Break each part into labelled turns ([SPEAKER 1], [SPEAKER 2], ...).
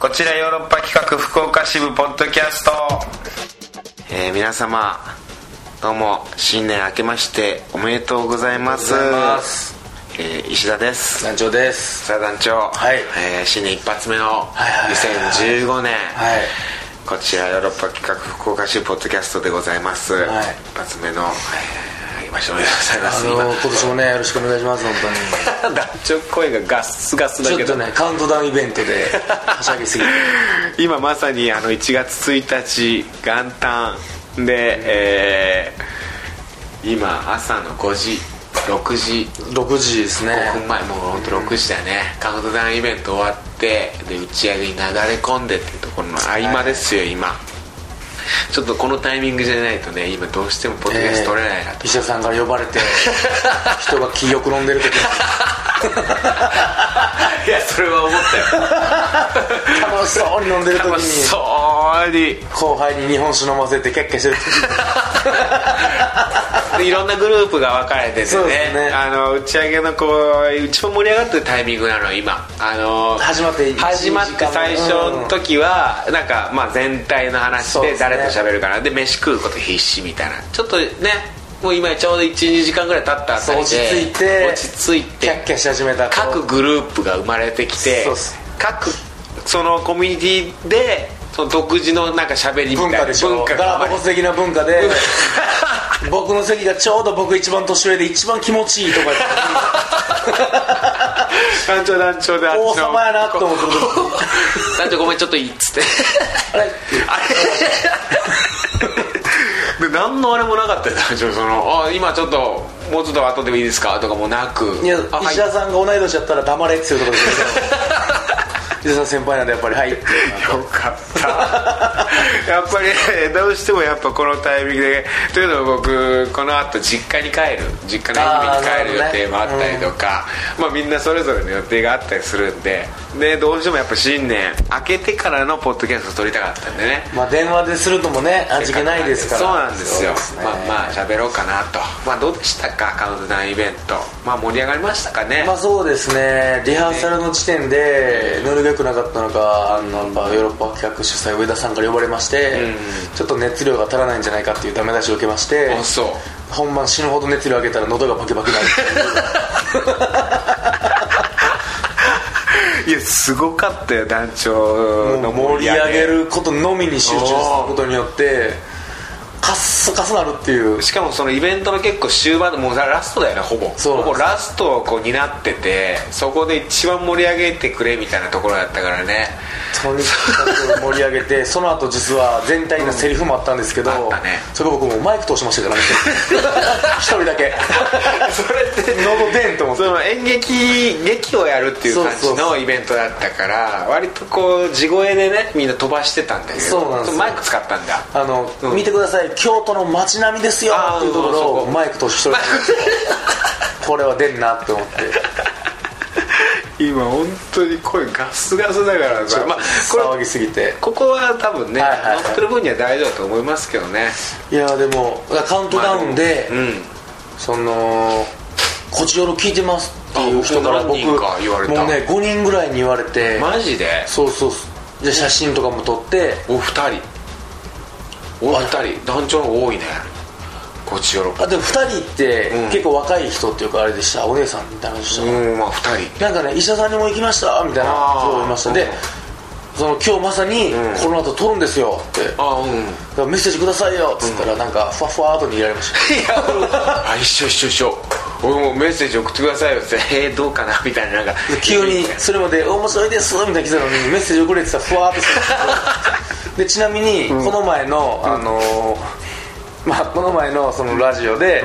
[SPEAKER 1] こちらヨーロッパ企画福岡支部ポッドキャスト
[SPEAKER 2] えー皆様どうも新年明けましておめでとうございます
[SPEAKER 3] ありがとうございます
[SPEAKER 2] えー石田です
[SPEAKER 3] 団長です
[SPEAKER 2] さあ団長、
[SPEAKER 3] はい
[SPEAKER 2] えー新年一発目の
[SPEAKER 3] はいはい
[SPEAKER 2] 2015年、
[SPEAKER 3] はい
[SPEAKER 2] こちらヨーロッパ企画福岡市ポッドキャストでございます、
[SPEAKER 3] はい
[SPEAKER 2] 一発目の、えー、明けましておめでとうございま
[SPEAKER 3] あ
[SPEAKER 2] す、
[SPEAKER 3] の今年もねよろしくお願いします本
[SPEAKER 1] 団長声がガスガス
[SPEAKER 3] 当にちょっとねカウントダウンイベントではしゃぎすぎて
[SPEAKER 2] 今 今まさにあの1月1日元旦で、えー今朝の5時6時
[SPEAKER 3] 6時ですね
[SPEAKER 2] 5分前もうほんと6時だよねカウントダウンイベント終わってで打ち上げに流れ込んでっていうところの合間ですよ、今ちょっとこのタイミングじゃないとね今どうしてもポッドキャスト撮れないな
[SPEAKER 3] え
[SPEAKER 2] と
[SPEAKER 3] ー、石田さんから呼ばれ て人が気よく飲んでる時
[SPEAKER 2] い
[SPEAKER 3] に
[SPEAKER 2] やそれは思ったよ
[SPEAKER 3] 楽しそうに飲んでる時
[SPEAKER 2] 楽し
[SPEAKER 3] に
[SPEAKER 2] そうに
[SPEAKER 3] 後輩に日本酒飲ませてキャッキャしてる
[SPEAKER 2] でいろんなグループが分かれてて
[SPEAKER 3] そうで
[SPEAKER 2] ね
[SPEAKER 3] すね
[SPEAKER 2] あの打ち上げのこう一番盛り上がってるタイミングなの今あの
[SPEAKER 3] 始まって
[SPEAKER 2] 始まって最初の時はなんかまあ全体の話
[SPEAKER 3] そう
[SPEAKER 2] で
[SPEAKER 3] ですね
[SPEAKER 2] 誰と喋るかなで飯食うこと必死みたいなちょっとねもう今ちょうど12時間ぐらい経ったあたりで
[SPEAKER 3] そう落ち着いて
[SPEAKER 2] 落ち着い
[SPEAKER 3] キャ
[SPEAKER 2] て
[SPEAKER 3] ッキャし始めたと
[SPEAKER 2] 各グループが生まれてきて
[SPEAKER 3] そうっす
[SPEAKER 2] 各そのコミュニティでその独自のなんか喋りみたい
[SPEAKER 3] 文
[SPEAKER 2] な
[SPEAKER 3] 化でしょ
[SPEAKER 2] 文化
[SPEAKER 3] ガ
[SPEAKER 2] が
[SPEAKER 3] ラ
[SPEAKER 2] 生ま
[SPEAKER 3] パ
[SPEAKER 2] れ
[SPEAKER 3] ゴ
[SPEAKER 2] て
[SPEAKER 3] ス的な文化で 僕の席がちょうど僕一番年上で一番気持ちいいとこやった
[SPEAKER 2] 団長団長であっちの
[SPEAKER 3] 王様やなと思ってる
[SPEAKER 2] 団長ごめんちょっといいっつって
[SPEAKER 3] あれ
[SPEAKER 2] あれで何のあれもなかったよ団長そのあ今ちょっともうちょっと後でもいいですかとかもなく
[SPEAKER 3] いや
[SPEAKER 2] あはい
[SPEAKER 3] 石田さんが同い年やったら黙れっていうとこ ろですよ石田さん先輩なんでやっぱり「はい」って
[SPEAKER 2] よかった やっぱりねどうしてもやっぱこのタイミングでというのも僕このあと実家に帰る実家の愛媛に帰る予
[SPEAKER 3] あーなるほどね
[SPEAKER 2] 定もあったりとか、まあ、みんなそれぞれの予定があったりするんででどうしてもやっぱ新年明けてからのポッドキャスト撮りたかったんでね
[SPEAKER 3] まあ電話でするのもね味気ないですから
[SPEAKER 2] そうなんですよ
[SPEAKER 3] そうね
[SPEAKER 2] まあまあ喋ろうかなとまあどうでしたかカウントダウンイベントまあ盛り上がりましたかね、
[SPEAKER 3] まあそうですねリハーサルの時点で乗るべくなかったのかあのやっぱヨーロッパ企画主催上田さんから呼ばれまして、ちょっと熱量が足らないんじゃないかっていうダメ出しを受けまして
[SPEAKER 2] あそう
[SPEAKER 3] 本番死ぬほど熱量上げたら喉がパキパキになる
[SPEAKER 2] いやすごかったよ団長
[SPEAKER 3] も
[SPEAKER 2] の
[SPEAKER 3] う盛り上げることのみに集中することによってカッサカサなるっていう
[SPEAKER 2] しかもそのイベントの結構終盤でもうラストだよねほぼ
[SPEAKER 3] そうな
[SPEAKER 2] ほぼ
[SPEAKER 3] んです
[SPEAKER 2] ラストをこう担っててそこで一番盛り上げてくれみたいなところだったから ね
[SPEAKER 3] とにかく盛り上げて その後実は全体のセリフもあったんですけど、
[SPEAKER 2] うんあったね
[SPEAKER 3] それ僕もうマイク通しまし たからね一人だけ
[SPEAKER 2] それって
[SPEAKER 3] 喉出んと思って
[SPEAKER 2] その演劇劇をやるっていう感
[SPEAKER 3] そ
[SPEAKER 2] じ
[SPEAKER 3] うそう
[SPEAKER 2] のイベントだったから割とこう地声でねみんな飛ばしてたんだけど
[SPEAKER 3] そうなんですよ
[SPEAKER 2] マイク使ったんだ
[SPEAKER 3] あの、
[SPEAKER 2] うん
[SPEAKER 3] 見てください京都の街並みですよ
[SPEAKER 2] あー
[SPEAKER 3] っていうところ
[SPEAKER 2] そう
[SPEAKER 3] を
[SPEAKER 2] そう
[SPEAKER 3] マイク通し一人でこれは出んなって思って
[SPEAKER 2] 今本当に声ガスガスだから
[SPEAKER 3] ちょっ
[SPEAKER 2] さ、
[SPEAKER 3] と
[SPEAKER 2] まあ、こ
[SPEAKER 3] 騒ぎ
[SPEAKER 2] れ
[SPEAKER 3] すぎて
[SPEAKER 2] ここは多分ね、
[SPEAKER 3] はいはいはい
[SPEAKER 2] 乗ってる分には大丈夫だと思いますけどね
[SPEAKER 3] いやでもカウントダウンで、
[SPEAKER 2] うん
[SPEAKER 3] その「こちよろ聞いてます」っていう人から
[SPEAKER 2] あ
[SPEAKER 3] 僕
[SPEAKER 2] 何人か言われた
[SPEAKER 3] もうね5人ぐらいに言われて
[SPEAKER 2] マジで
[SPEAKER 3] そうそうで写真とかも撮って
[SPEAKER 2] お二人お二人団長の方が多いねこっちよろ
[SPEAKER 3] あでも2人って
[SPEAKER 2] うん
[SPEAKER 3] 結構若い人っていうかあれでしたお姉さんみたいな人、
[SPEAKER 2] うんまあ二人
[SPEAKER 3] なんかね医者さんにも行きましたみたいな
[SPEAKER 2] あー
[SPEAKER 3] 人がいました
[SPEAKER 2] う
[SPEAKER 3] で
[SPEAKER 2] ん
[SPEAKER 3] その今日まさに
[SPEAKER 2] うん
[SPEAKER 3] この後撮るんですよってだか
[SPEAKER 2] あうん
[SPEAKER 3] らメッセージくださいよっつったらなんかふわふわーっと逃げられ ました
[SPEAKER 2] いやあ一緒一緒一緒俺もメッセージ送ってくださいよって「えー、どうかな」みたいななんか
[SPEAKER 3] で急にそれまで「面白いです」みたいな来たのにメッセージ遅れてたらふわーっとする でちなみにこの前の、あのーまあこの前のそのラジオで、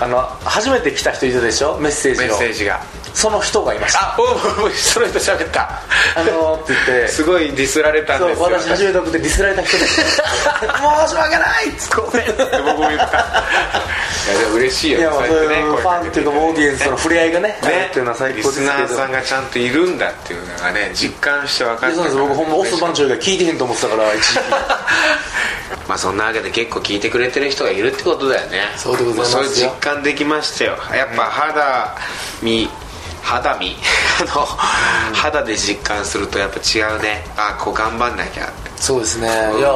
[SPEAKER 3] あの初めて来た人いたでしょメッセージ
[SPEAKER 2] メ
[SPEAKER 3] を
[SPEAKER 2] ッセージが
[SPEAKER 3] その人がいま した
[SPEAKER 2] あおおその人喋った
[SPEAKER 3] あのーって言って
[SPEAKER 2] すごいディスられたん
[SPEAKER 3] そ
[SPEAKER 2] です
[SPEAKER 3] う
[SPEAKER 2] よ
[SPEAKER 3] 私初めて送ってディスられた人で 申し訳ないっつって
[SPEAKER 2] ごめんって僕も言ったいやでも嬉しいよ
[SPEAKER 3] い
[SPEAKER 2] ね
[SPEAKER 3] やまあそう
[SPEAKER 2] やって
[SPEAKER 3] いう
[SPEAKER 2] ね
[SPEAKER 3] ファンっていうかもうオーディエンスとの触れ合いがねある
[SPEAKER 2] ね
[SPEAKER 3] っていうのは最高
[SPEAKER 2] リ
[SPEAKER 3] です
[SPEAKER 2] ス
[SPEAKER 3] けど
[SPEAKER 2] ナーさんがちゃんといるんだっていうのがね実感して分かっ
[SPEAKER 3] で
[SPEAKER 2] て
[SPEAKER 3] そうなんです僕ほんまオス番長以外聞いてへんと思ってたから一時期
[SPEAKER 2] まあそんなわけで結構聞いてくれてる人がいるってことだよね
[SPEAKER 3] そうでございますよ
[SPEAKER 2] もうそういう実感できましたよやっぱ肌身肌身 あの肌で実感するとやっぱ違うねあこう頑張んなきゃって
[SPEAKER 3] そうですねい
[SPEAKER 2] うん
[SPEAKER 3] や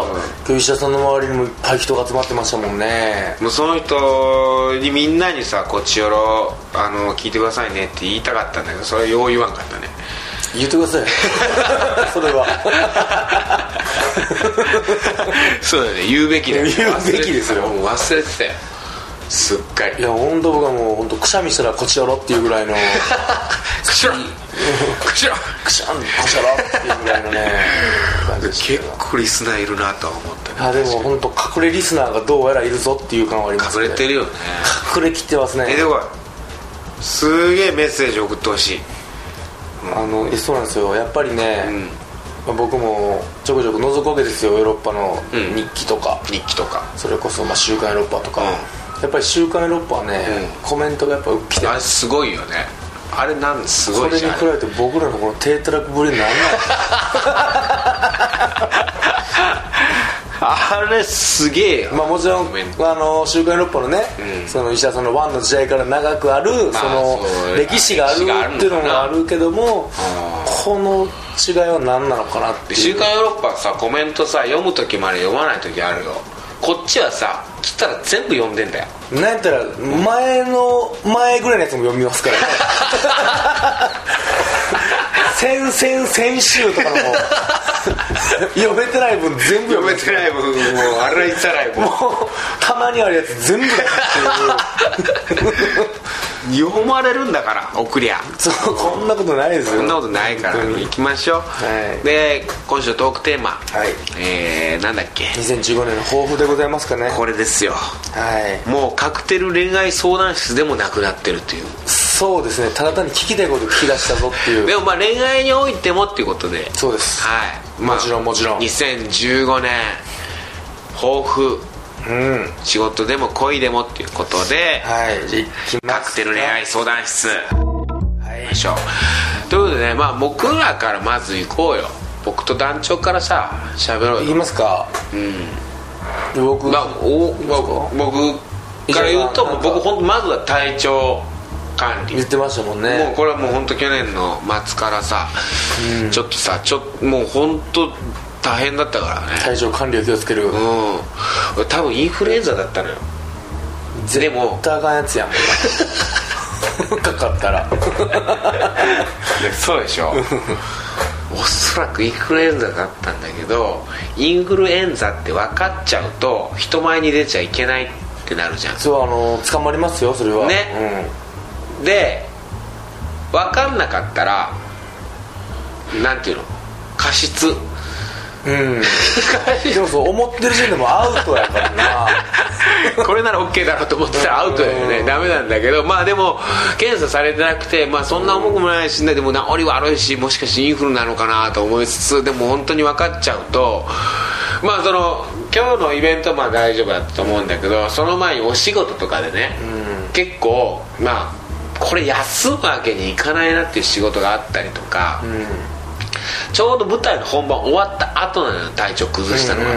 [SPEAKER 3] 今日石田さんの周りにもいっぱい人が集まってましたもんね
[SPEAKER 2] もうその人にみんなにさ「こう千代郎あの聞いてくださいね」って言いたかったんだけどそれはよう言わんかったね
[SPEAKER 3] 言ってくだ さいそれは
[SPEAKER 2] そうだね 言うべきだよ
[SPEAKER 3] 言うべきです
[SPEAKER 2] 忘れてた
[SPEAKER 3] よ
[SPEAKER 2] もう忘れてたよすっか
[SPEAKER 3] い
[SPEAKER 2] り
[SPEAKER 3] や温度部がもう本当くしゃみしたらこちらろっていうぐらいの
[SPEAKER 2] く しろくしろ
[SPEAKER 3] くしゃんこちらろっていうぐらいのね感じでしたけ
[SPEAKER 2] 結
[SPEAKER 3] ど
[SPEAKER 2] 構リスナーいるなとは思ったね
[SPEAKER 3] あでも本当隠れリスナーがどうやらいるぞっていう感はあります
[SPEAKER 2] 隠
[SPEAKER 3] ね
[SPEAKER 2] れてるよね
[SPEAKER 3] 隠れきってますね
[SPEAKER 2] えでこいすげえメッセージ送ってほしい
[SPEAKER 3] あのえそうなんですよやっぱりね、
[SPEAKER 2] ん
[SPEAKER 3] まあ僕もちょこちょこ覗くわけですよヨーロッパの
[SPEAKER 2] うん
[SPEAKER 3] 日記とか、
[SPEAKER 2] 日記とか
[SPEAKER 3] それこそまあ「週刊ヨーロッパ」とか、
[SPEAKER 2] うん
[SPEAKER 3] やっぱり「週刊ヨーロッパ」はね、
[SPEAKER 2] う
[SPEAKER 3] コメントがやっぱ来て
[SPEAKER 2] あれすごいよねあれなんす
[SPEAKER 3] そ
[SPEAKER 2] ごい
[SPEAKER 3] れ
[SPEAKER 2] じゃ
[SPEAKER 3] に
[SPEAKER 2] ん
[SPEAKER 3] 比べて僕らのこの低たらくぶりなん なん
[SPEAKER 2] あれすげえよ
[SPEAKER 3] まあもちろん
[SPEAKER 2] ごめん
[SPEAKER 3] 「あの週刊ヨーロッパ」のね、
[SPEAKER 2] うん
[SPEAKER 3] その石田さんのワンの時代から長くある、
[SPEAKER 2] まあ
[SPEAKER 3] その
[SPEAKER 2] そう
[SPEAKER 3] 歴史があ
[SPEAKER 2] 歴史があ
[SPEAKER 3] る
[SPEAKER 2] るのかな
[SPEAKER 3] っていうのもあるけども、この違いは何なのかなって
[SPEAKER 2] で
[SPEAKER 3] い
[SPEAKER 2] 週
[SPEAKER 3] う
[SPEAKER 2] 刊ヨーロッパさコメントさ読む時まで読まない時あるよこっちはさ来たら全部読んでんだよ
[SPEAKER 3] なんやったら前の前ぐらいのやつも読みま すからね先先先週とかのも読めてない分全部読めて
[SPEAKER 2] てないもんもう洗いざらいも
[SPEAKER 3] もうたまにあるやつ全部だって
[SPEAKER 2] う読まれるんだから送りゃ
[SPEAKER 3] いうそうこんなことないですよ
[SPEAKER 2] そんなことないから
[SPEAKER 3] 本当
[SPEAKER 2] 行
[SPEAKER 3] に
[SPEAKER 2] きましょう、
[SPEAKER 3] はい
[SPEAKER 2] で今週のトークテーマ、
[SPEAKER 3] はい
[SPEAKER 2] えー、なんだっけ
[SPEAKER 3] 2015年の抱負でございますかね
[SPEAKER 2] これですよ
[SPEAKER 3] はい
[SPEAKER 2] もうカクテル恋愛相談室でもなくなってるという
[SPEAKER 3] そうですねただ単に聞きたいこと聞き出したぞってい
[SPEAKER 2] で
[SPEAKER 3] う
[SPEAKER 2] もまあ恋愛においてもっていうことで
[SPEAKER 3] そうです
[SPEAKER 2] はい、
[SPEAKER 3] もちろんもちろん
[SPEAKER 2] 2015年抱負
[SPEAKER 3] うん
[SPEAKER 2] 仕事でも恋でもっていうことで、
[SPEAKER 3] はいじゃあいきま
[SPEAKER 2] カ
[SPEAKER 3] す
[SPEAKER 2] クテル恋愛相談室
[SPEAKER 3] はい
[SPEAKER 2] でしょうということでねまあ僕らからまず行こうよ僕と団長からさ喋ろ
[SPEAKER 3] いうき
[SPEAKER 2] よ、
[SPEAKER 3] ますかうん僕
[SPEAKER 2] まあ、お僕僕から言うと
[SPEAKER 3] いいじゃんなんか
[SPEAKER 2] 僕ほんとまずは体調管理
[SPEAKER 3] 言ってましたもんね
[SPEAKER 2] もうこれはもう本当去年の末からさ、ちょっとさちょもう本当大変だったからね
[SPEAKER 3] 体調管理を気をつけ
[SPEAKER 2] う
[SPEAKER 3] る
[SPEAKER 2] ん俺多分インフルエンザだったのよでも
[SPEAKER 3] 疑うやつやんかかったら
[SPEAKER 2] そうでしょおそらくインフルエンザだったんだけどインフルエンザって分かっちゃうと人前に出ちゃいけないってなるじゃん
[SPEAKER 3] そうあの捕まりますよそれは
[SPEAKER 2] ねで分かんなかったらなんていうの過失
[SPEAKER 3] うん、うん、でもそう思ってる時点でもうアウトやからな
[SPEAKER 2] これなら OK だろうと思ってたらアウトだよねダメなんだけどまあでも検査されてなくて、まあ、そんな重くもないし、ね、でも治り悪いしもしかしてインフルなのかなと思いつつでも本当に分かっちゃうとまあその今日のイベントはまあ大丈夫だったと思うんだけどその前にお仕事とかでね、結構まあこれ休むわけにいかないなっていう仕事があったりとか、ちょうど舞台の本番終わった後なのよ体調崩したのが、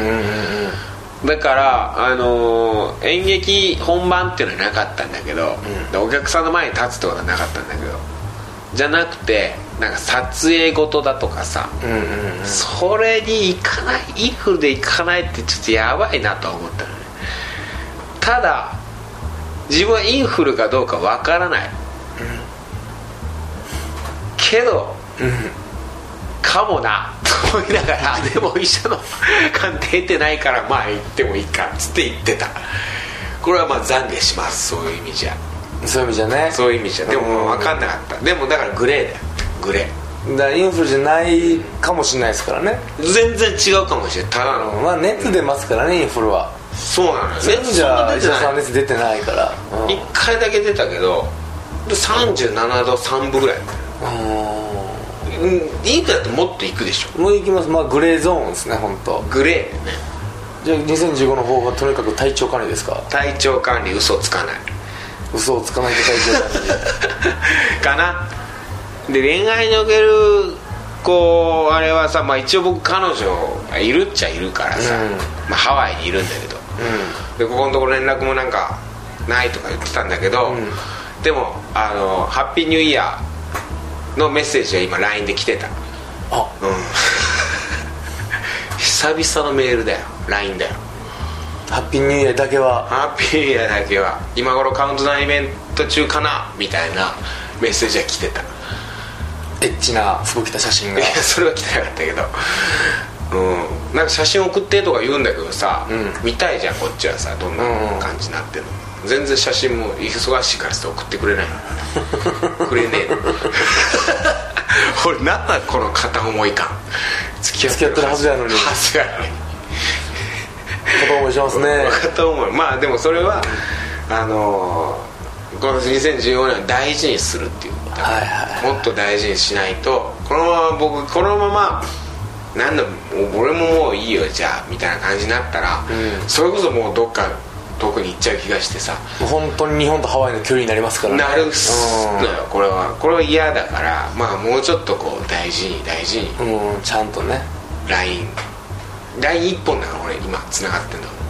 [SPEAKER 2] だから、あのー演劇本番っていうのはなかったんだけど、でお客さんの前に立つってことはなかったんだけどじゃなくてなんか撮影事だとかさ、
[SPEAKER 3] うんうん
[SPEAKER 2] それに行かないインフルで行かないってちょっとやばいなとは思ったのねただ自分はインフルかどうかわからない、けど、かもなと思いながら でも医者の鑑定ってないからまあ行ってもいいかっつって言ってたこれはまあ懺悔しますそういう意味じゃ
[SPEAKER 3] うんそういう意味じゃね
[SPEAKER 2] そういう意味じゃでもも分かんなかったでもだからグレーだよグレー
[SPEAKER 3] だからインフルじゃないかもしれないですからね、
[SPEAKER 2] 全然違うかもしれないただの
[SPEAKER 3] まあ熱出ますからねインフルは
[SPEAKER 2] そうなのよ全
[SPEAKER 3] じゃあ
[SPEAKER 2] 然
[SPEAKER 3] 石田さん
[SPEAKER 2] 出て
[SPEAKER 3] 熱出てないからうん
[SPEAKER 2] ない1回だけ出たけど37度3分ぐらいうんインフルだともっといくでしょ
[SPEAKER 3] もう行きますまあグレーゾーンですね本当。
[SPEAKER 2] グレーね
[SPEAKER 3] じゃあ2015の方法はとにかく体調管理ですか
[SPEAKER 2] 体調管理嘘つかない
[SPEAKER 3] 嘘をつかないと体 調管理
[SPEAKER 2] かなで恋愛におけるこうあれはさ、まあ、一応僕彼女がいるっちゃいるからさ、
[SPEAKER 3] うん
[SPEAKER 2] まあ、ハワイにいるんだけど、でここのところ連絡もなんかないとか言ってたんだけど、でもあのハッピーニューイヤーのメッセージが今 LINE で来てた
[SPEAKER 3] あ
[SPEAKER 2] うん久々のメールだよ LINE だよ
[SPEAKER 3] ハッピーニューイヤーだけは
[SPEAKER 2] ハッピーイヤーだけは今頃カウントダウンイベント中かなみたいなメッセージが来てた
[SPEAKER 3] エッチな服着た写真が
[SPEAKER 2] いやそれは来てなかったけどうんなんか写真送ってとか言うんだけどさ、
[SPEAKER 3] う
[SPEAKER 2] 見たいじゃんこっちはさどんな感じになってるの、全然写真も忙しいからさ送ってくれないのくれねえ の俺なんだこの片思い感付き
[SPEAKER 3] 付き合ってるはずやのに
[SPEAKER 2] はずやのに
[SPEAKER 3] 片思いしますね
[SPEAKER 2] 片思いまあでもそれはあのーこの2014年を大事にするっていうこと
[SPEAKER 3] はいは
[SPEAKER 2] もっと大事にしないとこのまま僕このままなんだもう俺ももういいよじゃあみたいな感じになったら、
[SPEAKER 3] う
[SPEAKER 2] それこそもうどっか遠くに行っちゃう気がしてさ
[SPEAKER 3] い本当に日本とハワイの距離になりますからね
[SPEAKER 2] なるっす
[SPEAKER 3] うん
[SPEAKER 2] のよこれはこれは嫌だからまあもうちょっとこう大事に大事に
[SPEAKER 3] うんちゃんとね
[SPEAKER 2] LINELINE 一本だから俺今繋がってんだもん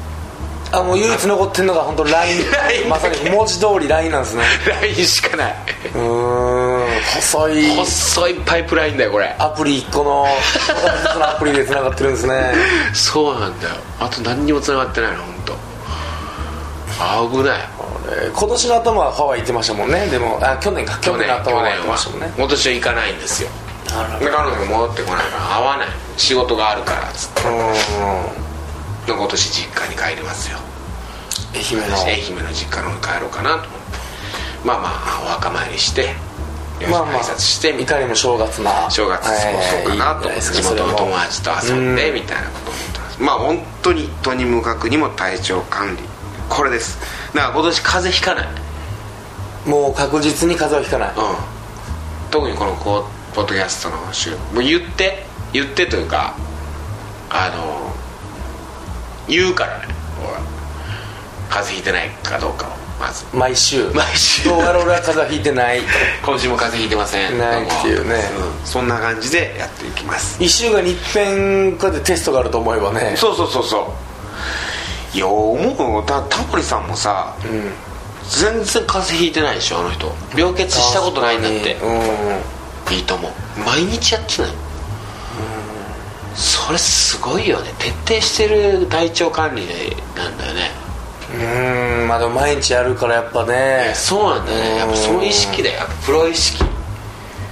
[SPEAKER 3] あもう唯一残ってんのが本当 LINE
[SPEAKER 2] LINE
[SPEAKER 3] まさに文字通り LINE なん ですね
[SPEAKER 2] LINE しかないう
[SPEAKER 3] ーん細い
[SPEAKER 2] 細いパイプラインだよこれ
[SPEAKER 3] アプリ1個の1つのアプリで繋がってるんです ね
[SPEAKER 2] そうなんだよあと何にも繋がってないの本当。危ない
[SPEAKER 3] えー今年の頭はハワイ行ってましたもんねでもあ去年か去
[SPEAKER 2] 去年
[SPEAKER 3] 年の頭
[SPEAKER 2] 去
[SPEAKER 3] は
[SPEAKER 2] 年
[SPEAKER 3] 行ってま
[SPEAKER 2] は
[SPEAKER 3] したもんね
[SPEAKER 2] 今年は行かないんですよで彼女も戻ってこないから会わない仕事があるからっつって
[SPEAKER 3] うん
[SPEAKER 2] で今年実家に帰りますよ
[SPEAKER 3] 愛媛の
[SPEAKER 2] 愛媛の実家の方に帰ろうかなと思ってまあまあお墓参りして両親に挨拶してみ
[SPEAKER 3] い
[SPEAKER 2] たい
[SPEAKER 3] かにも正月な
[SPEAKER 2] な正月過ごそうかなと思って地元の友達と遊んでみたいなこと思ってますまあ本当にとにもかくにも体調管理これですだから今年風邪ひかない
[SPEAKER 3] たもう確実に風邪はひかない
[SPEAKER 2] うん、特にこのこうポッドキャストの収録もう言って言ってというかあの言うからね俺は風邪ひいてないかどうかをまず
[SPEAKER 3] 毎週
[SPEAKER 2] 毎週
[SPEAKER 3] 動画の俺は風邪はひいてない
[SPEAKER 2] 今週も風邪ひいてません
[SPEAKER 3] ないっていうね
[SPEAKER 2] どもうんそんな感じでやっていきます
[SPEAKER 3] 1週間に一遍こうやってテストがあると思えばね
[SPEAKER 2] そうそうそうそういや思うたタモリさんもさ、全然風邪ひいてないでしょあの人病欠したことないんだって
[SPEAKER 3] うん
[SPEAKER 2] いいと思う毎日やってないそれすごいよね徹底してる体調管理なんだよね
[SPEAKER 3] うんまあでも毎日やるからやっぱね
[SPEAKER 2] そうなんだよねやっぱその意識だよやっぱプロ意識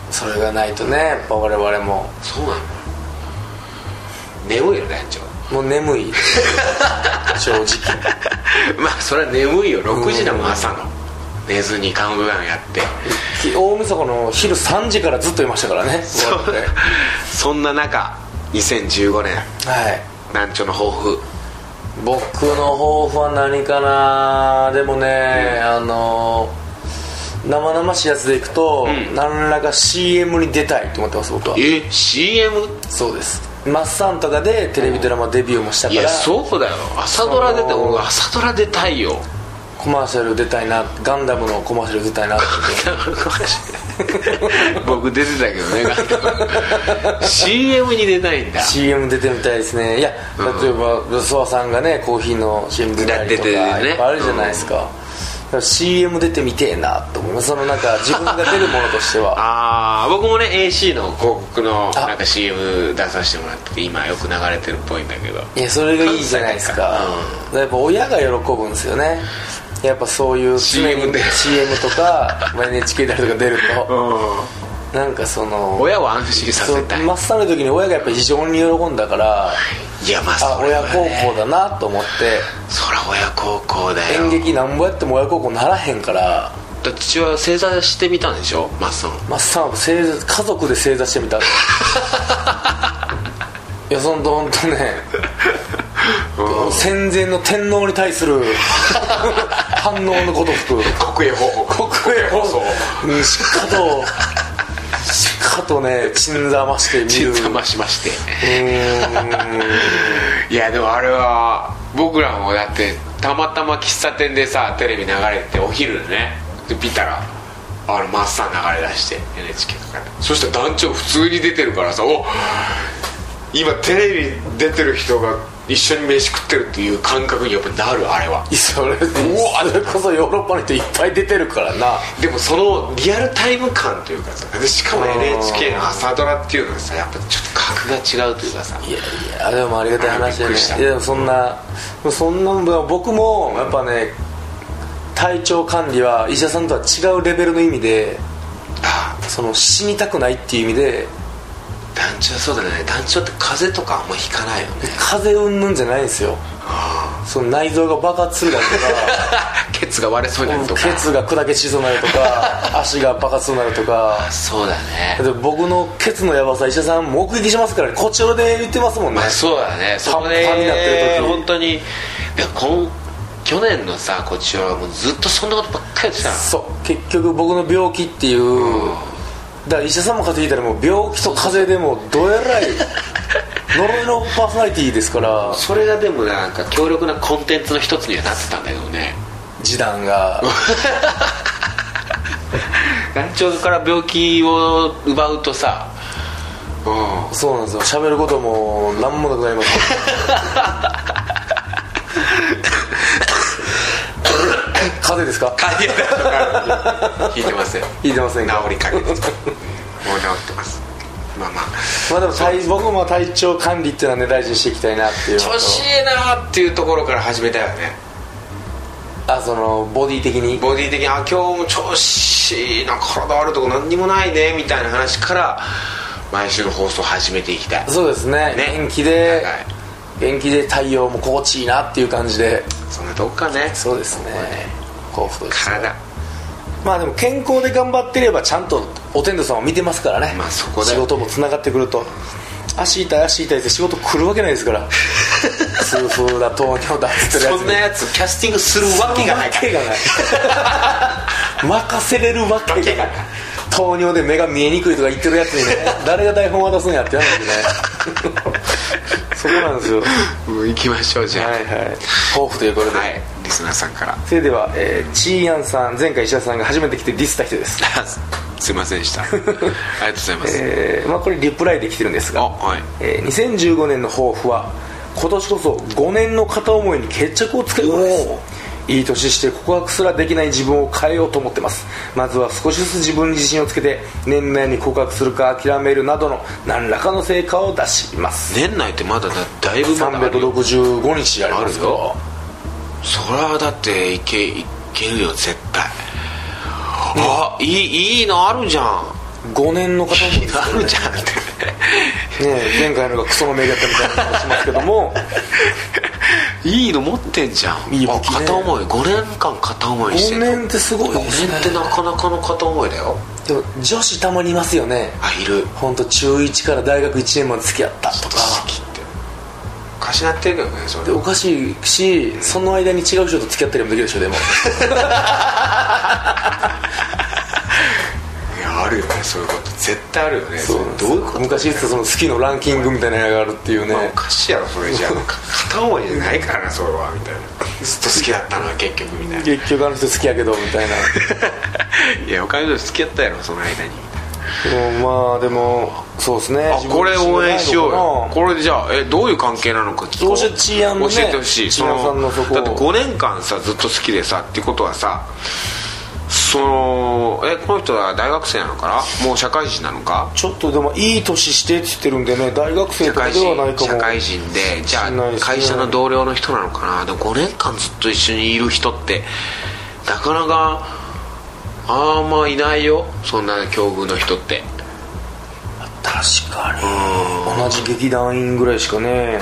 [SPEAKER 3] それがないとねやっぱ我々も
[SPEAKER 2] そうなの眠いよ体調
[SPEAKER 3] もう眠い正直
[SPEAKER 2] まあそれは眠いよ6時だもん朝の寝ずにカウントダウンやって
[SPEAKER 3] 大晦日の昼3時からずっといましたからね
[SPEAKER 2] そ
[SPEAKER 3] 終わって
[SPEAKER 2] そんな中2015年
[SPEAKER 3] はい
[SPEAKER 2] 難聴の抱負
[SPEAKER 3] 僕の抱負は何かなでもね、あの生々しいやつでいくと、
[SPEAKER 2] うん
[SPEAKER 3] 何らか CM に出たいと思ってます僕は
[SPEAKER 2] え CM?
[SPEAKER 3] そうですマッサンとかでテレビドラマデビューもした
[SPEAKER 2] い
[SPEAKER 3] か
[SPEAKER 2] や
[SPEAKER 3] ら
[SPEAKER 2] そうだよ朝ドラ出て
[SPEAKER 3] その
[SPEAKER 2] 俺朝ドラ出たいよ
[SPEAKER 3] コマーシャル出たいなガンダムのコマーシャル出たいなって
[SPEAKER 2] 僕出てたけどねガンダム CM に出ないんだ
[SPEAKER 3] CM 出てみたいですねいや例えばよそわさんがねコーヒーの CM 出たりとか
[SPEAKER 2] 出てるね
[SPEAKER 3] いっぱいあるじゃないですか,、CM 出てみてえなと思いますそのなんか自分が出るものとし ては
[SPEAKER 2] ああ僕もね AC の広告の
[SPEAKER 3] あ
[SPEAKER 2] なんか CM 出させてもらってて今よく流れてるっぽいんだけど
[SPEAKER 3] いやそれがいいじゃないですか
[SPEAKER 2] う
[SPEAKER 3] やっぱ親が喜ぶんですよねやっぱそういう
[SPEAKER 2] CM
[SPEAKER 3] 常に
[SPEAKER 2] で
[SPEAKER 3] CM とかまあ NHK だとか出る
[SPEAKER 2] う
[SPEAKER 3] と
[SPEAKER 2] ん
[SPEAKER 3] なんかその
[SPEAKER 2] 親を安心さ
[SPEAKER 3] そ
[SPEAKER 2] せ
[SPEAKER 3] う
[SPEAKER 2] たい
[SPEAKER 3] 真っさらの時に親がやっぱ非常に喜んだから
[SPEAKER 2] いやまあ
[SPEAKER 3] あ
[SPEAKER 2] それ
[SPEAKER 3] 親
[SPEAKER 2] は、ね、
[SPEAKER 3] 孝行だなと思って
[SPEAKER 2] そら親孝行だよ
[SPEAKER 3] 演劇なんぼやっても親孝行ならへんから
[SPEAKER 2] だって父は正座してみたんでしょマッソン
[SPEAKER 3] マッサンは正座家族で正座して みたいやそんと本当ね戦前の天皇に対する 反応のごとく
[SPEAKER 2] 国営法
[SPEAKER 3] 国営放送にしっかとしっかとね鎮座まして見る
[SPEAKER 2] 沈ましましていやでもあれは僕らもだってたまたま喫茶店でさテレビ流れてお昼ねで見たらあのマッサン流れ出して NHK かかってそしたら団長普通に出てるからさお今テレビ出てる人が一緒に飯食ってるっていう感覚にやっぱなるあれは
[SPEAKER 3] それ
[SPEAKER 2] わ
[SPEAKER 3] それこそヨーロッパの人いっぱい出てるからな
[SPEAKER 2] でもそのリアルタイム感というかさでしかも NHK の朝ドラっていうのはさやっぱちょっと格が違うというかさ
[SPEAKER 3] いやいやでもありがたい
[SPEAKER 2] びっ
[SPEAKER 3] 話だ
[SPEAKER 2] くりした
[SPEAKER 3] ねいやでもそんなそんなの僕もやっぱね体調管理は医者さんとは違うレベルの意味で
[SPEAKER 2] あ
[SPEAKER 3] その死にたくないっていう意味で
[SPEAKER 2] 団長そうだね団長って風邪とかあんま引かないよね
[SPEAKER 3] 風邪うんぬんじゃないんですよその内臓が爆発するだと
[SPEAKER 2] ケツが割れそうになると
[SPEAKER 3] か
[SPEAKER 2] か
[SPEAKER 3] ケツが砕けしそうになると か足が爆発するなるとか
[SPEAKER 2] そうだね
[SPEAKER 3] で僕のケツのヤバさ医者さん目撃しますからねこちらで言ってますもんね
[SPEAKER 2] まあそうだねそこで
[SPEAKER 3] パンパンになってる時
[SPEAKER 2] 本当にでこん去年のさこっちはもうずっとそんなことばっかりやってたの
[SPEAKER 3] そう結局僕の病気っていう、だから医者さんも風邪ひいたらもう病気と風邪でもうどえ らい呪いのパーソナリティですから
[SPEAKER 2] それがでもなんか強力なコンテンツの一つにはなってたんだけどね
[SPEAKER 3] 示談が
[SPEAKER 2] 団長から病気を奪うとさうん
[SPEAKER 3] そうなんですよ喋ることも何もなくなります 風邪ですか
[SPEAKER 2] いて弾 いてますよ
[SPEAKER 3] 引いてませんか
[SPEAKER 2] 治りかけてきたもう治ってますまあまあ
[SPEAKER 3] まあでも体僕も体調管理っていうのはね大事にしていきたいなっていうのと
[SPEAKER 2] 調子いいなっていうところから始めたよね
[SPEAKER 3] あそのボディ的に
[SPEAKER 2] ボディ的にあ今日も調子いいな体悪いとこ何にもないねみたいな話から毎週の放送始めていきたい
[SPEAKER 3] そうですね
[SPEAKER 2] ね
[SPEAKER 3] 元気で
[SPEAKER 2] はい
[SPEAKER 3] 元気で太陽も心地いいなっていう感じで
[SPEAKER 2] そんなとこかね
[SPEAKER 3] そうですね幸福です
[SPEAKER 2] 体
[SPEAKER 3] まあでも健康で頑張ってればちゃんとお天道さんを見てますからね、
[SPEAKER 2] まあそこだ
[SPEAKER 3] 仕
[SPEAKER 2] よ
[SPEAKER 3] 事もつながってくると足痛い足痛いって仕事来るわけないで すから痛風だ糖尿だっつってるやつ
[SPEAKER 2] そ
[SPEAKER 3] に
[SPEAKER 2] んなやつキャスティングするわけがないから
[SPEAKER 3] わけがない任せれるわけがない糖尿で目が見えにくいとか言ってるやつにね誰が台本渡すんやってなるんでねそこなんですよは
[SPEAKER 2] もう行きましょうじゃあはい
[SPEAKER 3] はい抱負ということで、
[SPEAKER 2] いリスナーさんから
[SPEAKER 3] それでは、えー、チーヤンさん前回石田さんが初めて来てディスった人です、
[SPEAKER 2] あすいませんでした ありがとうございます、
[SPEAKER 3] えーまあ、これリプライで来てるんです
[SPEAKER 2] あ
[SPEAKER 3] が、
[SPEAKER 2] はい
[SPEAKER 3] えー2015年の抱負は今年こそ5年の片思いに決着をつけることですいい年して告白すらできない自分を変えようと思ってますまずは少しずつ自分に自信をつけて年内に告白するか諦めるなどの何らかの成果を出します
[SPEAKER 2] 年内ってまだだだいぶまだあるよ
[SPEAKER 3] 365日ありますよ
[SPEAKER 2] それはだっていけいけるよ絶対あいいいいのあるじゃん
[SPEAKER 3] 5年の 片思いですよ
[SPEAKER 2] あるじゃんって
[SPEAKER 3] ね前回のがクソの名だったみたいな話しますけども
[SPEAKER 2] いいの持ってんじゃん
[SPEAKER 3] いい武
[SPEAKER 2] あ
[SPEAKER 3] 器ね
[SPEAKER 2] 片思い5年間片思いして
[SPEAKER 3] 5
[SPEAKER 2] んの
[SPEAKER 3] 年ってすごい
[SPEAKER 2] 5
[SPEAKER 3] ですね
[SPEAKER 2] 年ってなかなかの片思いだよ
[SPEAKER 3] でも女子たまにいますよね
[SPEAKER 2] あいる
[SPEAKER 3] 本当中1から大学1年まで付き合ったとか
[SPEAKER 2] 好きっておかしなってるけどねそ
[SPEAKER 3] で
[SPEAKER 2] れ
[SPEAKER 3] おかしいしその間に違う人と付き合ったりもできるでしょでも
[SPEAKER 2] いやあるよねそういうこと絶対あるよねそれどういうこと
[SPEAKER 3] 昔言ってたその好きのランキングみたいなのがあるっていうね、
[SPEAKER 2] まあおかしいやろそれじゃあ片思いじゃないからなそれはみたいなずっと好きだったな結局みたいな
[SPEAKER 3] 結局あの人好きやけどみたいな
[SPEAKER 2] いやお金と付き合ったやろその間に
[SPEAKER 3] でもまあでもそうですね
[SPEAKER 2] あ
[SPEAKER 3] 自分
[SPEAKER 2] これ応援しようよ
[SPEAKER 3] 自信がないのかな
[SPEAKER 2] これじゃあえどういう関係なのか聞こう
[SPEAKER 3] 教えてちーやんのね
[SPEAKER 2] 教えてほしい
[SPEAKER 3] ちーやんさんのそこ
[SPEAKER 2] だって5年間さずっと好きでさっていうことはさそのえこの人は大学生なのかなもう社会人なのか
[SPEAKER 3] ちょっとでもいい年してって言ってるんでね大学生
[SPEAKER 2] 社
[SPEAKER 3] とか
[SPEAKER 2] 会
[SPEAKER 3] ではない
[SPEAKER 2] 人
[SPEAKER 3] かも
[SPEAKER 2] 社会人でじゃ
[SPEAKER 3] しんないです
[SPEAKER 2] あ
[SPEAKER 3] ね
[SPEAKER 2] 会社の同僚の人なのかなでも5年間ずっと一緒にいる人ってなかなかあんまいないよそんな境遇の人って
[SPEAKER 3] 確かに同じ劇団員ぐらいし かね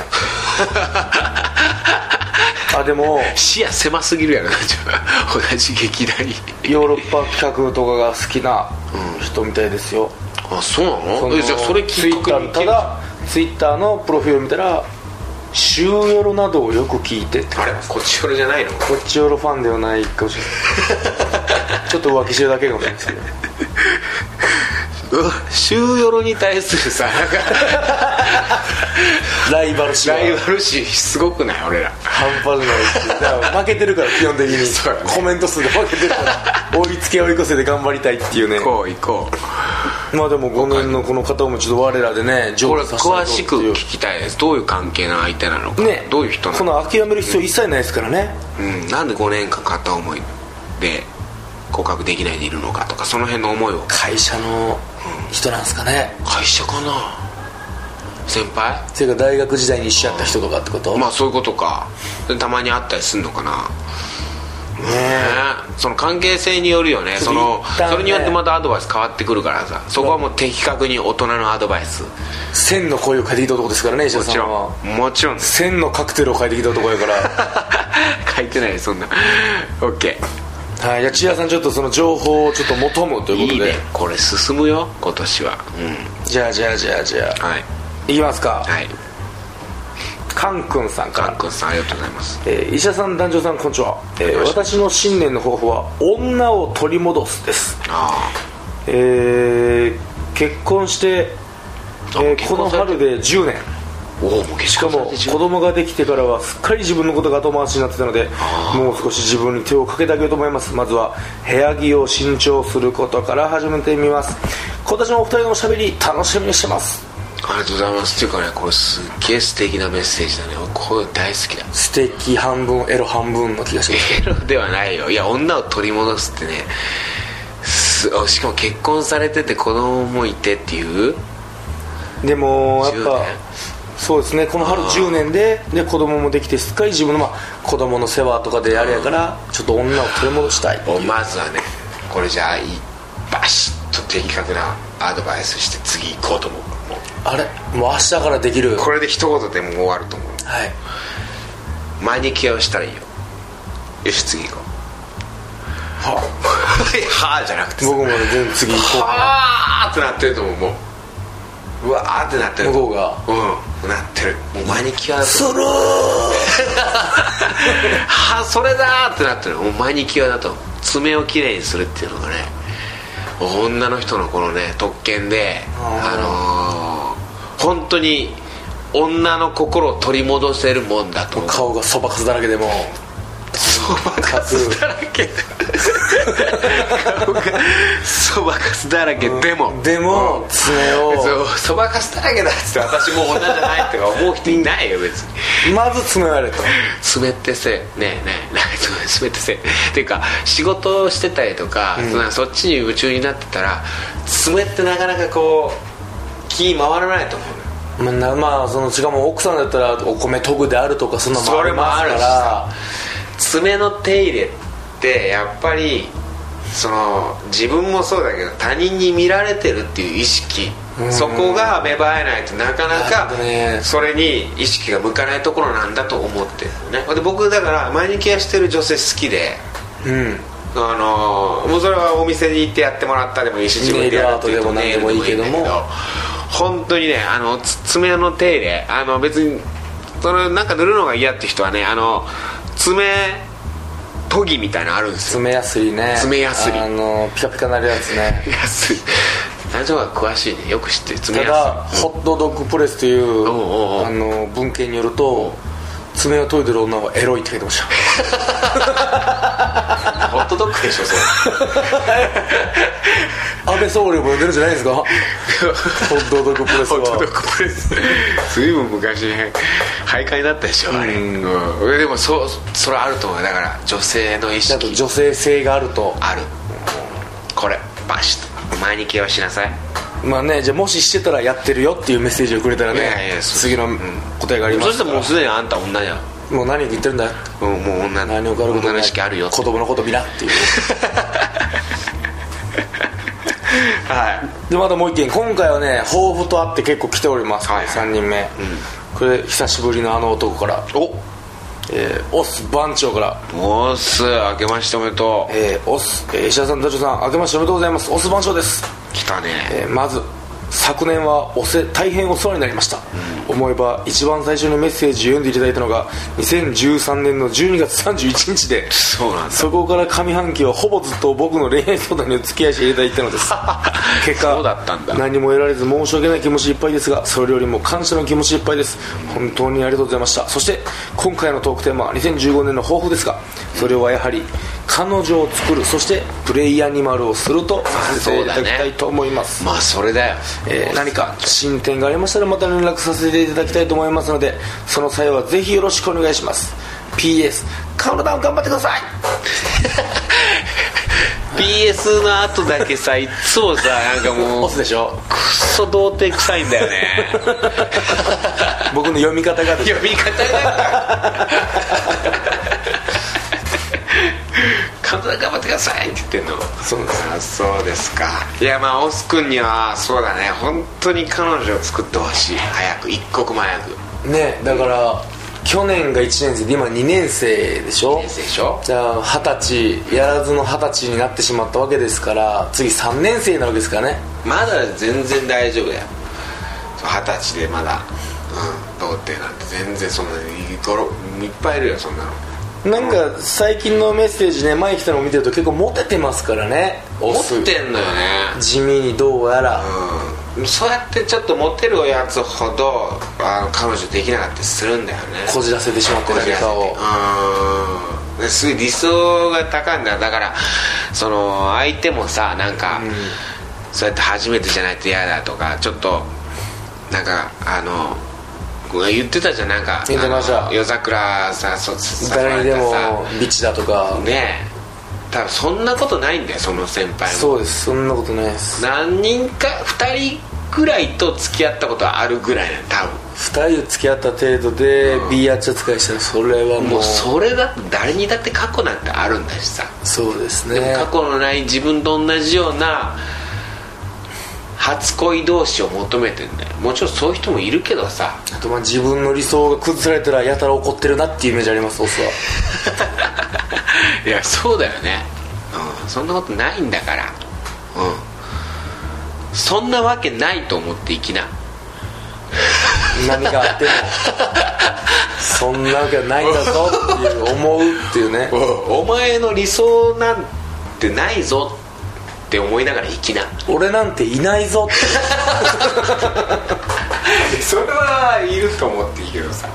[SPEAKER 3] あでも
[SPEAKER 2] 視野狭すぎるやろ 同じ劇団に
[SPEAKER 3] ヨーロッパ企画とかが好きな人みたいですよ、
[SPEAKER 2] あそうな
[SPEAKER 3] そ
[SPEAKER 2] の
[SPEAKER 3] の
[SPEAKER 2] えじゃあそれきっかけにい
[SPEAKER 3] ツ
[SPEAKER 2] け
[SPEAKER 3] イッターた
[SPEAKER 2] る
[SPEAKER 3] だツイッターのプロフィール見たら「週ヨロなどをよく聞いて」って
[SPEAKER 2] あれこっち寄るじゃないの
[SPEAKER 3] こっちヨロファンではないかもしれないちょっと浮気してるだけかもしれないですけど
[SPEAKER 2] 週よろに対するさなん か
[SPEAKER 3] ライバル視は
[SPEAKER 2] ライバル心すごくない俺ら
[SPEAKER 3] 半端じゃないですだから負けてるから基本的
[SPEAKER 2] そうだね
[SPEAKER 3] にコメント数で負けてるから追いつけ追い越せで頑張りたいっていうね
[SPEAKER 2] 行こう行こう
[SPEAKER 3] まあでも5年のこの方もちょっと我らでね
[SPEAKER 2] これ
[SPEAKER 3] 上手させても
[SPEAKER 2] 詳
[SPEAKER 3] らおうって
[SPEAKER 2] し
[SPEAKER 3] いう
[SPEAKER 2] く聞きたいですどういう関係の相手なのか、
[SPEAKER 3] ね
[SPEAKER 2] どういう人な
[SPEAKER 3] そ
[SPEAKER 2] のか、
[SPEAKER 3] の諦める必要一切ないですからね
[SPEAKER 2] うん、なんで5年間片思いで告白できないでいるのかとかその辺の思いを
[SPEAKER 3] 会社の人なんですかね
[SPEAKER 2] 会社かな先輩
[SPEAKER 3] それか大学時代に一緒やった人とかってこと
[SPEAKER 2] まあそういうことかでたまに会ったりすんのかなねその関係性によるよねその
[SPEAKER 3] 一旦ね
[SPEAKER 2] それによってまたアドバイス変わってくるからさそこはもう的確に大人のアドバイス
[SPEAKER 3] 千の声を変えてきた男ですからね石
[SPEAKER 2] も
[SPEAKER 3] 田
[SPEAKER 2] ち
[SPEAKER 3] さん
[SPEAKER 2] ろ
[SPEAKER 3] は
[SPEAKER 2] んもちろん です
[SPEAKER 3] 千のカクテルを変えてきた男やから
[SPEAKER 2] 書いてないよそんな OK
[SPEAKER 3] はいじゃあ千谷さんちょっとその情報をちょっと求むというこ
[SPEAKER 2] いい
[SPEAKER 3] とで
[SPEAKER 2] ねこれ進むよ今年はう
[SPEAKER 3] じゃあじゃあじゃあじゃ
[SPEAKER 2] んはい
[SPEAKER 3] あいきますか
[SPEAKER 2] はい
[SPEAKER 3] カン君さんか
[SPEAKER 2] ガ
[SPEAKER 3] ら
[SPEAKER 2] ン君さんありがとうございます
[SPEAKER 3] えー医者さん男女さんこんにちは、えー
[SPEAKER 2] こんにちは
[SPEAKER 3] 私の信念の方法は女を取り戻すです
[SPEAKER 2] あ
[SPEAKER 3] えー結婚して、
[SPEAKER 2] あ
[SPEAKER 3] えー
[SPEAKER 2] 結
[SPEAKER 3] この
[SPEAKER 2] 婚されて
[SPEAKER 3] 春で10年
[SPEAKER 2] あおおもう
[SPEAKER 3] し
[SPEAKER 2] 結
[SPEAKER 3] か
[SPEAKER 2] 婚さ
[SPEAKER 3] も
[SPEAKER 2] れて
[SPEAKER 3] 子
[SPEAKER 2] しまう
[SPEAKER 3] 供ができてからはすっかり自分のことが後回しになってたのでもう少し自分に手をかけてあげようと思いますまずは部屋着を新調することから始めてみます今年もお二人のおしゃべり楽しみにしてます
[SPEAKER 2] ありがとうございますっていうかねこれすっげえ素敵なメッセージだね俺こういうの大好きだ
[SPEAKER 3] 素敵半分エロ半分の気がします
[SPEAKER 2] エロではないよいや女を取り戻すってねすあしかも結婚されてて子供もいてっていう
[SPEAKER 3] でもや
[SPEAKER 2] 10
[SPEAKER 3] っぱそうですねこの春10年でで子供もできてすっかり自分の、まあ、子供の世話とかであれやからちょっと女を取り戻したいってい
[SPEAKER 2] お
[SPEAKER 3] う
[SPEAKER 2] まずはねこれじゃあいいバシッと的確なアドバイスして次行こうと思うもう
[SPEAKER 3] あれもう明日からできる
[SPEAKER 2] これで一言でもう終わると思う
[SPEAKER 3] はい
[SPEAKER 2] マニキュアをしたらいいよよし次行こう はあじゃなくて
[SPEAKER 3] 僕もね全部次行こうか
[SPEAKER 2] はあってなってると思うもううわーってなって
[SPEAKER 3] な
[SPEAKER 2] る
[SPEAKER 3] 向こうが
[SPEAKER 2] うんなってるもうマニキュアだと
[SPEAKER 3] するー
[SPEAKER 2] はあそれだーってなってるもうマニキュアだと爪をきれいにするっていうのがね女の人のこのね特権であのー、本当に女の心を取り戻せるもんだと思う
[SPEAKER 3] 顔がそばかすだらけでもう
[SPEAKER 2] そばかすだらけ顔がそばかすだらけでも、
[SPEAKER 3] でも爪を
[SPEAKER 2] そうそばかすだらけだっつって私もう女じゃないとか思う人いないよ別に
[SPEAKER 3] まず爪をやれと
[SPEAKER 2] 爪ってせねえねえなんか 爪ってせっていうか仕事をしてたりとか、そそっちに夢中になってたら爪ってなかなかこう気回らないと思うのよ
[SPEAKER 3] まあなまあそのしかも奥さんだったらお米研ぐであるとかそんなのもありますから
[SPEAKER 2] 爪の手入れってやっぱりその自分もそうだけど他人に見られてるっていう意識そこが芽生えないとなかな
[SPEAKER 3] なる
[SPEAKER 2] か
[SPEAKER 3] ほどね
[SPEAKER 2] それに意識が向かないところなんだと思ってるのねで僕だからマニキュアしてる女性好きで
[SPEAKER 3] うん
[SPEAKER 2] あのーもうそれはお店に行ってやってもらったでもいいし自分でやるっていうと
[SPEAKER 3] ネイルアートでも何でもいいけど
[SPEAKER 2] ネ
[SPEAKER 3] も
[SPEAKER 2] イルでんだけど本当にねあのつ爪の手入れあの別にそのなんか塗るのが嫌って人はねあの爪研ぎみたいなのあるんですよ
[SPEAKER 3] 爪やすりね
[SPEAKER 2] 爪やすり
[SPEAKER 3] あのピカピカなるやつね
[SPEAKER 2] 爪やすり男女が詳しいねよく知ってる爪
[SPEAKER 3] た
[SPEAKER 2] やす
[SPEAKER 3] だ
[SPEAKER 2] り
[SPEAKER 3] ホットドッグプレスという
[SPEAKER 2] おうおう
[SPEAKER 3] あの文献によると爪を研いでる女はエロいって書いてました
[SPEAKER 2] ホットドッグでしょそれ
[SPEAKER 3] 安倍総理も呼んでるんじゃないで すかホットドッグプレ ス
[SPEAKER 2] ホットド
[SPEAKER 3] は
[SPEAKER 2] ッグプレス随分昔徘徊だったでしょあれ、
[SPEAKER 3] うん
[SPEAKER 2] うんでもそそれあると思うだから女性の意
[SPEAKER 3] あ
[SPEAKER 2] 識
[SPEAKER 3] と女性性があると
[SPEAKER 2] あるこれバシッと前にケアしなさい
[SPEAKER 3] まあねじゃあもししてたらやってるよっていうメッセージをくれたらね
[SPEAKER 2] いやいやそう
[SPEAKER 3] 次の答えがありますから
[SPEAKER 2] すでにあんた女じゃん
[SPEAKER 3] もう何言ってるんだよ
[SPEAKER 2] もうもう女
[SPEAKER 3] 何を軽く
[SPEAKER 2] 女の意識あるよ
[SPEAKER 3] 子供のこと見なっていう
[SPEAKER 2] はい
[SPEAKER 3] でまたもう一件今回はね抱負とあって結構来ております、
[SPEAKER 2] はい
[SPEAKER 3] 3人目、これ久しぶりのあの男から
[SPEAKER 2] お
[SPEAKER 3] えーオス番長から、
[SPEAKER 2] もうす明けましておめでとう
[SPEAKER 3] えーオス、えー石田さん、ダチョウさん、明けましておめでとうございます。オス番長です。
[SPEAKER 2] 来たね
[SPEAKER 3] えーまず、昨年はおせ大変お世話になりました、思えば一番最初にメッセージを読んでいただいたのが2013年の12月31日で
[SPEAKER 2] そうなんだ
[SPEAKER 3] そこから上半期はほぼずっと僕の恋愛相談にお付き合いしていただいたのです 結果
[SPEAKER 2] そうだったんだ
[SPEAKER 3] 何も得られず申し訳ない気持ちいっぱいですがそれよりも感謝の気持ちいっぱいです本当にありがとうございましたそして今回のトークテーマは2015年の抱負ですがそれはやはり彼女を作るそしてプレイアニマルをするとさせていただきたいと思います、
[SPEAKER 2] まあそれだよ
[SPEAKER 3] えー何か進展がありましたらまた連絡させていただきたいと思いますのでその際はぜひよろしくお願いします PS カウントダウン頑張ってください
[SPEAKER 2] PS の後だけさいっつもさなんかもう
[SPEAKER 3] 押すでしょ
[SPEAKER 2] クソ童貞臭いんだよね
[SPEAKER 3] 僕の読み方がですね
[SPEAKER 2] 読み方が監督頑張ってくださいって言ってんの
[SPEAKER 3] そうです
[SPEAKER 2] あそうですかいやまあオス君にはそうだね本当に彼女を作ってほしい早く一刻も早く
[SPEAKER 3] ねだから去年が1年生で今2年生でしょ
[SPEAKER 2] 先生でしょ
[SPEAKER 3] じゃあ二十歳やらずの二十歳になってしまったわけですから次3年生なわけですからね
[SPEAKER 2] まだ全然大丈夫だよ二十歳でまだうん童貞なんて全然そんなにいい頃いっぱいいるよそんなの
[SPEAKER 3] なんか最近のメッセージね前来たのを見てると結構モテてますからね
[SPEAKER 2] 持
[SPEAKER 3] オス
[SPEAKER 2] ってんのよね
[SPEAKER 3] 地味にどうやら、
[SPEAKER 2] うんそうやってちょっとモテるやつほどあの彼女できなかったりするんだよね
[SPEAKER 3] こじらせてしまって何かを
[SPEAKER 2] うんですごい理想が高いんだだからその相手もさなんか、そうやって初めてじゃないと嫌だとかちょっとなんかあの言ってたじゃんなんか
[SPEAKER 3] 言ってまし
[SPEAKER 2] あ
[SPEAKER 3] た
[SPEAKER 2] の夜桜さそ誘わ
[SPEAKER 3] 誰にで
[SPEAKER 2] れ
[SPEAKER 3] も
[SPEAKER 2] たさ
[SPEAKER 3] ビッチだとか
[SPEAKER 2] ねえ多分そんなことないんだよその先輩も
[SPEAKER 3] そうですそんなことないです
[SPEAKER 2] 何人か2人ぐらいと付き合ったことはあるぐらいなの多分
[SPEAKER 3] 2人付き合った程度で B アッチ扱いしたらそれはもう
[SPEAKER 2] もうそれだって誰にだって過去なんてあるんだしさ
[SPEAKER 3] そうですね
[SPEAKER 2] でも過去のない自分と同じような初恋同士を求めてんだよもちろんそういう人もいるけど さ
[SPEAKER 3] あとまあ自分の理想が崩されたらやたら怒ってるなっていうイメージありますオスはい
[SPEAKER 2] やそうだよね、うん、そんなことないんだからうんそんなわけないと思って生きな
[SPEAKER 3] 何があって もそんなわけはないんだぞっていう思うっていうね
[SPEAKER 2] お前の理想なんてないぞって思いながら生きな
[SPEAKER 3] 俺なんていないぞって
[SPEAKER 2] それはいると思っていいけどさ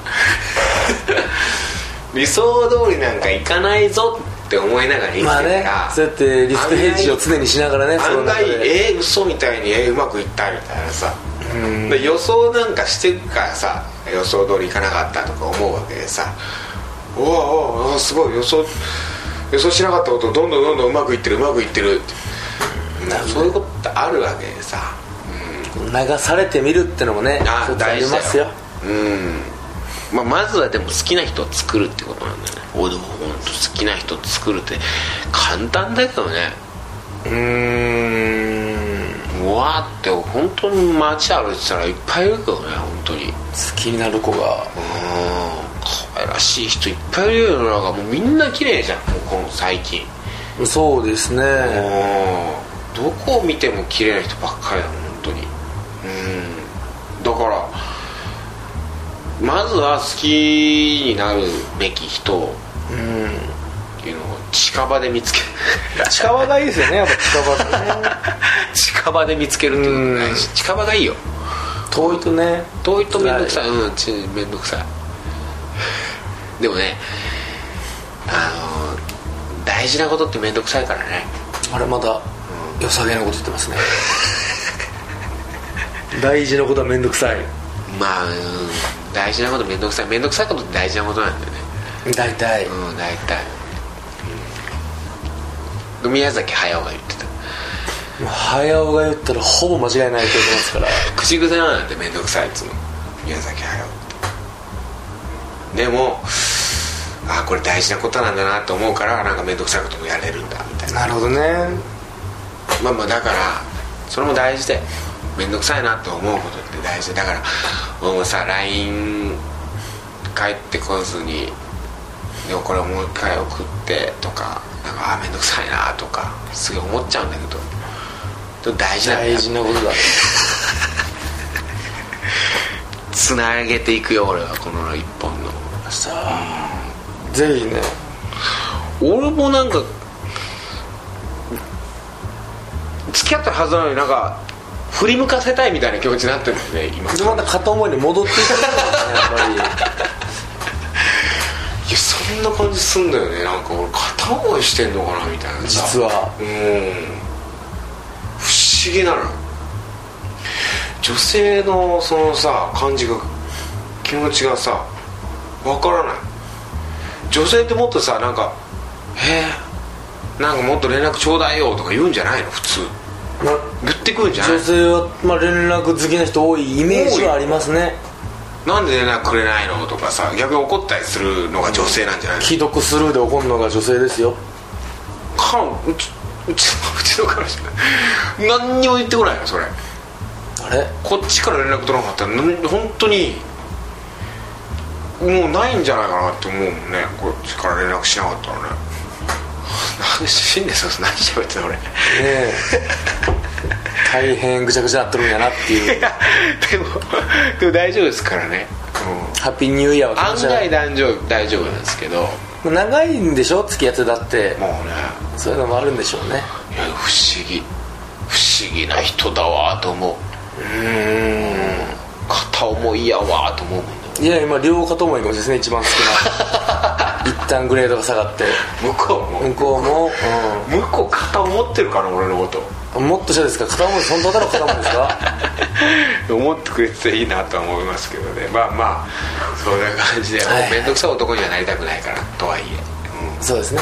[SPEAKER 2] 理想通りなんかいかないぞって思いながら生きて
[SPEAKER 3] まあ
[SPEAKER 2] る
[SPEAKER 3] ね
[SPEAKER 2] から、
[SPEAKER 3] そうやってリスクヘッジを常にしながらねその
[SPEAKER 2] 案
[SPEAKER 3] 中
[SPEAKER 2] 外
[SPEAKER 3] で
[SPEAKER 2] えー、嘘みたいにえー、うまくいったみたいなさで予想なんかしてるからさ予想通りいかなかったとか思うわけでさおーおーおーすごい予想予想しなかったことどんどんどんどんうまくいってるうまくいってるってなそういうことってあるわけでさ
[SPEAKER 3] 流されてみるってのもね
[SPEAKER 2] あ
[SPEAKER 3] 一つあ
[SPEAKER 2] 大
[SPEAKER 3] り
[SPEAKER 2] 事
[SPEAKER 3] ま
[SPEAKER 2] だ
[SPEAKER 3] すよ
[SPEAKER 2] まあ、まずはでも好きな人を作るってことなんだよね俺でも本当好きな人を作るって簡単だけどね
[SPEAKER 3] うーん
[SPEAKER 2] うわーって本当に街歩いてたらいっぱいいるけどね本当に
[SPEAKER 3] 好きになる子が
[SPEAKER 2] うん可愛らしい人いっぱいいるよなんかもうみんな綺麗じゃんもうこの最近
[SPEAKER 3] そうです
[SPEAKER 2] うん
[SPEAKER 3] ね
[SPEAKER 2] どこを見ても綺麗な人ばっかりだ本当にうんだからまずは好きになるべき人をっていうのを近場で見つけ
[SPEAKER 3] 近場がいいですよねやっぱ近場ってね
[SPEAKER 2] 近場で見つけるっていうのが大事近場がいいよ
[SPEAKER 3] 遠いとね
[SPEAKER 2] 遠いと面倒くさいうんち面倒くさいでもねあの大事なことって面倒くさいからね
[SPEAKER 3] あれまだ良さげなこと言ってます ね大事なことは面倒くさい
[SPEAKER 2] まあ、うん、大事なこと面倒くさい面倒くさいことって大事なことなんだよね
[SPEAKER 3] 大体
[SPEAKER 2] うん大体、うん、宮崎駿が言ってた
[SPEAKER 3] 早尾が言ったらほぼ間違いないと思いますから
[SPEAKER 2] 口癖なんて面倒くさいっつうの宮崎駿ってでもあこれ大事なことなんだなと思うからなんか面倒くさいこともやれるんだみたいな
[SPEAKER 3] なるほどね
[SPEAKER 2] まあまあだからそれも大事で面倒くさいなと思うことって大事でだから俺もさ LINE 帰ってこずにでもこれもう一回送ってとかなんかあー面倒くさいなとかすごい思っちゃうんだけどでも大事なんだ
[SPEAKER 3] 大
[SPEAKER 2] よ
[SPEAKER 3] 事なことだ
[SPEAKER 2] つなげていくよ俺はこの一本の
[SPEAKER 3] さあぜひね
[SPEAKER 2] 俺もなんか付き合ってるはずなのになんか振り向かせたいみたいな気持ちになってるんだよね今
[SPEAKER 3] でまた片思いに戻っていくんだよねやっぱり
[SPEAKER 2] いやそんな感じすんだよねなんか俺片思いしてんのかなみたい なさ
[SPEAKER 3] 実は
[SPEAKER 2] うん不思議なの女性のそのさ感じが気持ちがさわからない女性ってもっとさなんか「えー、なんかもっと連絡ちょうだいよ」とか言うんじゃないの普通言ってくるんじゃない
[SPEAKER 3] 女性は、まあ、連絡好きな人多いイメージはありますね
[SPEAKER 2] なんで連絡くれないのとかさ逆に怒ったりするのが女性なんじゃないの
[SPEAKER 3] 既読スルーで怒るのが女性ですよ
[SPEAKER 2] かんうちうちのうちの彼女何にも言ってこないよそれ
[SPEAKER 3] あれ
[SPEAKER 2] こっちから連絡取らなかったらなん本当にもうないんじゃないかなって思うもんねこっちから連絡しなかったらね何してんですよ何喋ってた俺
[SPEAKER 3] ねえ大変ぐちゃぐちゃなってるんやなっていう
[SPEAKER 2] でもでも大丈夫ですからね、うん
[SPEAKER 3] ハッピーニューイヤーは
[SPEAKER 2] 案
[SPEAKER 3] じゃな
[SPEAKER 2] 外
[SPEAKER 3] い
[SPEAKER 2] 大丈夫大丈夫なんですけども
[SPEAKER 3] 長いんでしょ付き合ってだって
[SPEAKER 2] うね
[SPEAKER 3] そういうのもあるんでしょうね
[SPEAKER 2] いや不思議不思議な人だわと思ううん片思いやわと思うもんね
[SPEAKER 3] いや今両方ともいいかもしれないですね一番好きな 一旦グレードが下がって
[SPEAKER 2] 向こうも、
[SPEAKER 3] 向こうも、
[SPEAKER 2] 向こう片思ってるから俺のこと
[SPEAKER 3] うん、もっと下ですか片思い本当だろ片思いですか
[SPEAKER 2] 思ってくれてたらいいなとは思いますけどねまあまあそんな感じで
[SPEAKER 3] はい
[SPEAKER 2] 面倒くさい男にはなりたくないからとはいえ、うん、
[SPEAKER 3] そうですね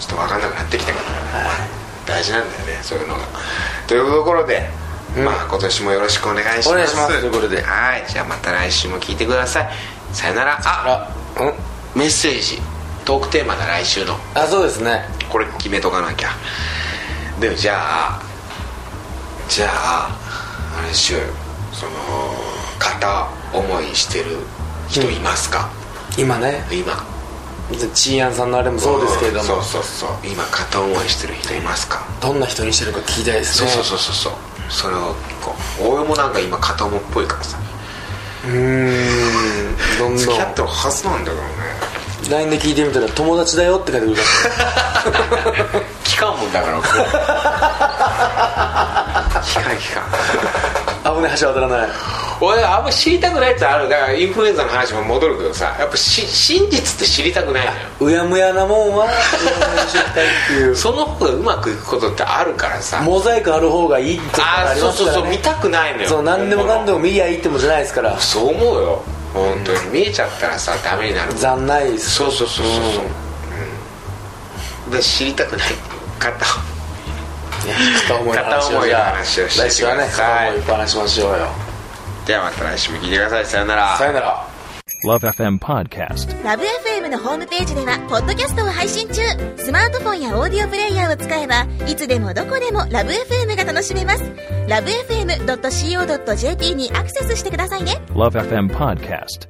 [SPEAKER 2] ちょっと分かんなくなってきたから、大事なんだよねそういうのがというところで、まあ今年もよろしくお願いします
[SPEAKER 3] お願いしますということで
[SPEAKER 2] はいじゃあまた来週も聞いてくださいさよならあ
[SPEAKER 3] あうん
[SPEAKER 2] メッセージトークテーマだ来週の
[SPEAKER 3] あそうですね
[SPEAKER 2] これ決めとかなきゃでもじゃあじゃああれしようよその片思いしてる人いますか、
[SPEAKER 3] 今ね
[SPEAKER 2] 今
[SPEAKER 3] チーアンさんのあれもそうですけれども
[SPEAKER 2] そうそうそう今片思いしてる人いますか、
[SPEAKER 3] どんな人にしてるか聞きたいです
[SPEAKER 2] そう
[SPEAKER 3] ね
[SPEAKER 2] そうそうそうそうそれをこう俺もなんか今片思いっぽいからさ
[SPEAKER 3] うーんどんどん
[SPEAKER 2] 付き合ってるはずなんだけどね
[SPEAKER 3] LINE で聞いてみたら「友達だよ」って書いてくるか
[SPEAKER 2] 期間もんだから僕 期間期間
[SPEAKER 3] ら危ない橋渡らない
[SPEAKER 2] 俺あんま知りたくないってあるだからインフルエンザの話も戻るけどさやっぱし真実って知りたくないのよ
[SPEAKER 3] うやむやなもんはうやむやにしていきたいって いう
[SPEAKER 2] その方がうまくいくことってあるからさ
[SPEAKER 3] モザイクある方がいいってことも
[SPEAKER 2] あ
[SPEAKER 3] あ
[SPEAKER 2] あ
[SPEAKER 3] り
[SPEAKER 2] そう
[SPEAKER 3] ます
[SPEAKER 2] そう
[SPEAKER 3] か
[SPEAKER 2] そう
[SPEAKER 3] ら
[SPEAKER 2] 見
[SPEAKER 3] ね
[SPEAKER 2] たくないのよ
[SPEAKER 3] そう何でもかんでも見りゃいいってもんじゃないですから
[SPEAKER 2] そう思うよ本当に見えちゃったらさダメになる
[SPEAKER 3] 残ないです
[SPEAKER 2] そうそうそうそうそう、うん、で知りたくない方
[SPEAKER 3] ね片思いの話
[SPEAKER 2] 片
[SPEAKER 3] を
[SPEAKER 2] 思い
[SPEAKER 3] じ
[SPEAKER 2] の
[SPEAKER 3] ゃあ
[SPEAKER 2] 話をして
[SPEAKER 3] 来週はね
[SPEAKER 2] くださ
[SPEAKER 3] 片
[SPEAKER 2] い
[SPEAKER 3] 思いいっぱい話しましょうよ
[SPEAKER 2] ではまた来週も聞いてくださいさよなら
[SPEAKER 3] さよなら
[SPEAKER 4] Love FM Podcast.
[SPEAKER 5] ラブ f m のホームページではポッドキャストを配信中スマートフォンやオーディオプレイヤーを使えばいつでもどこでもラブ f m が楽しめますラブ FM.co.jp にアクセスしてくださいね
[SPEAKER 4] Love FM Podcast.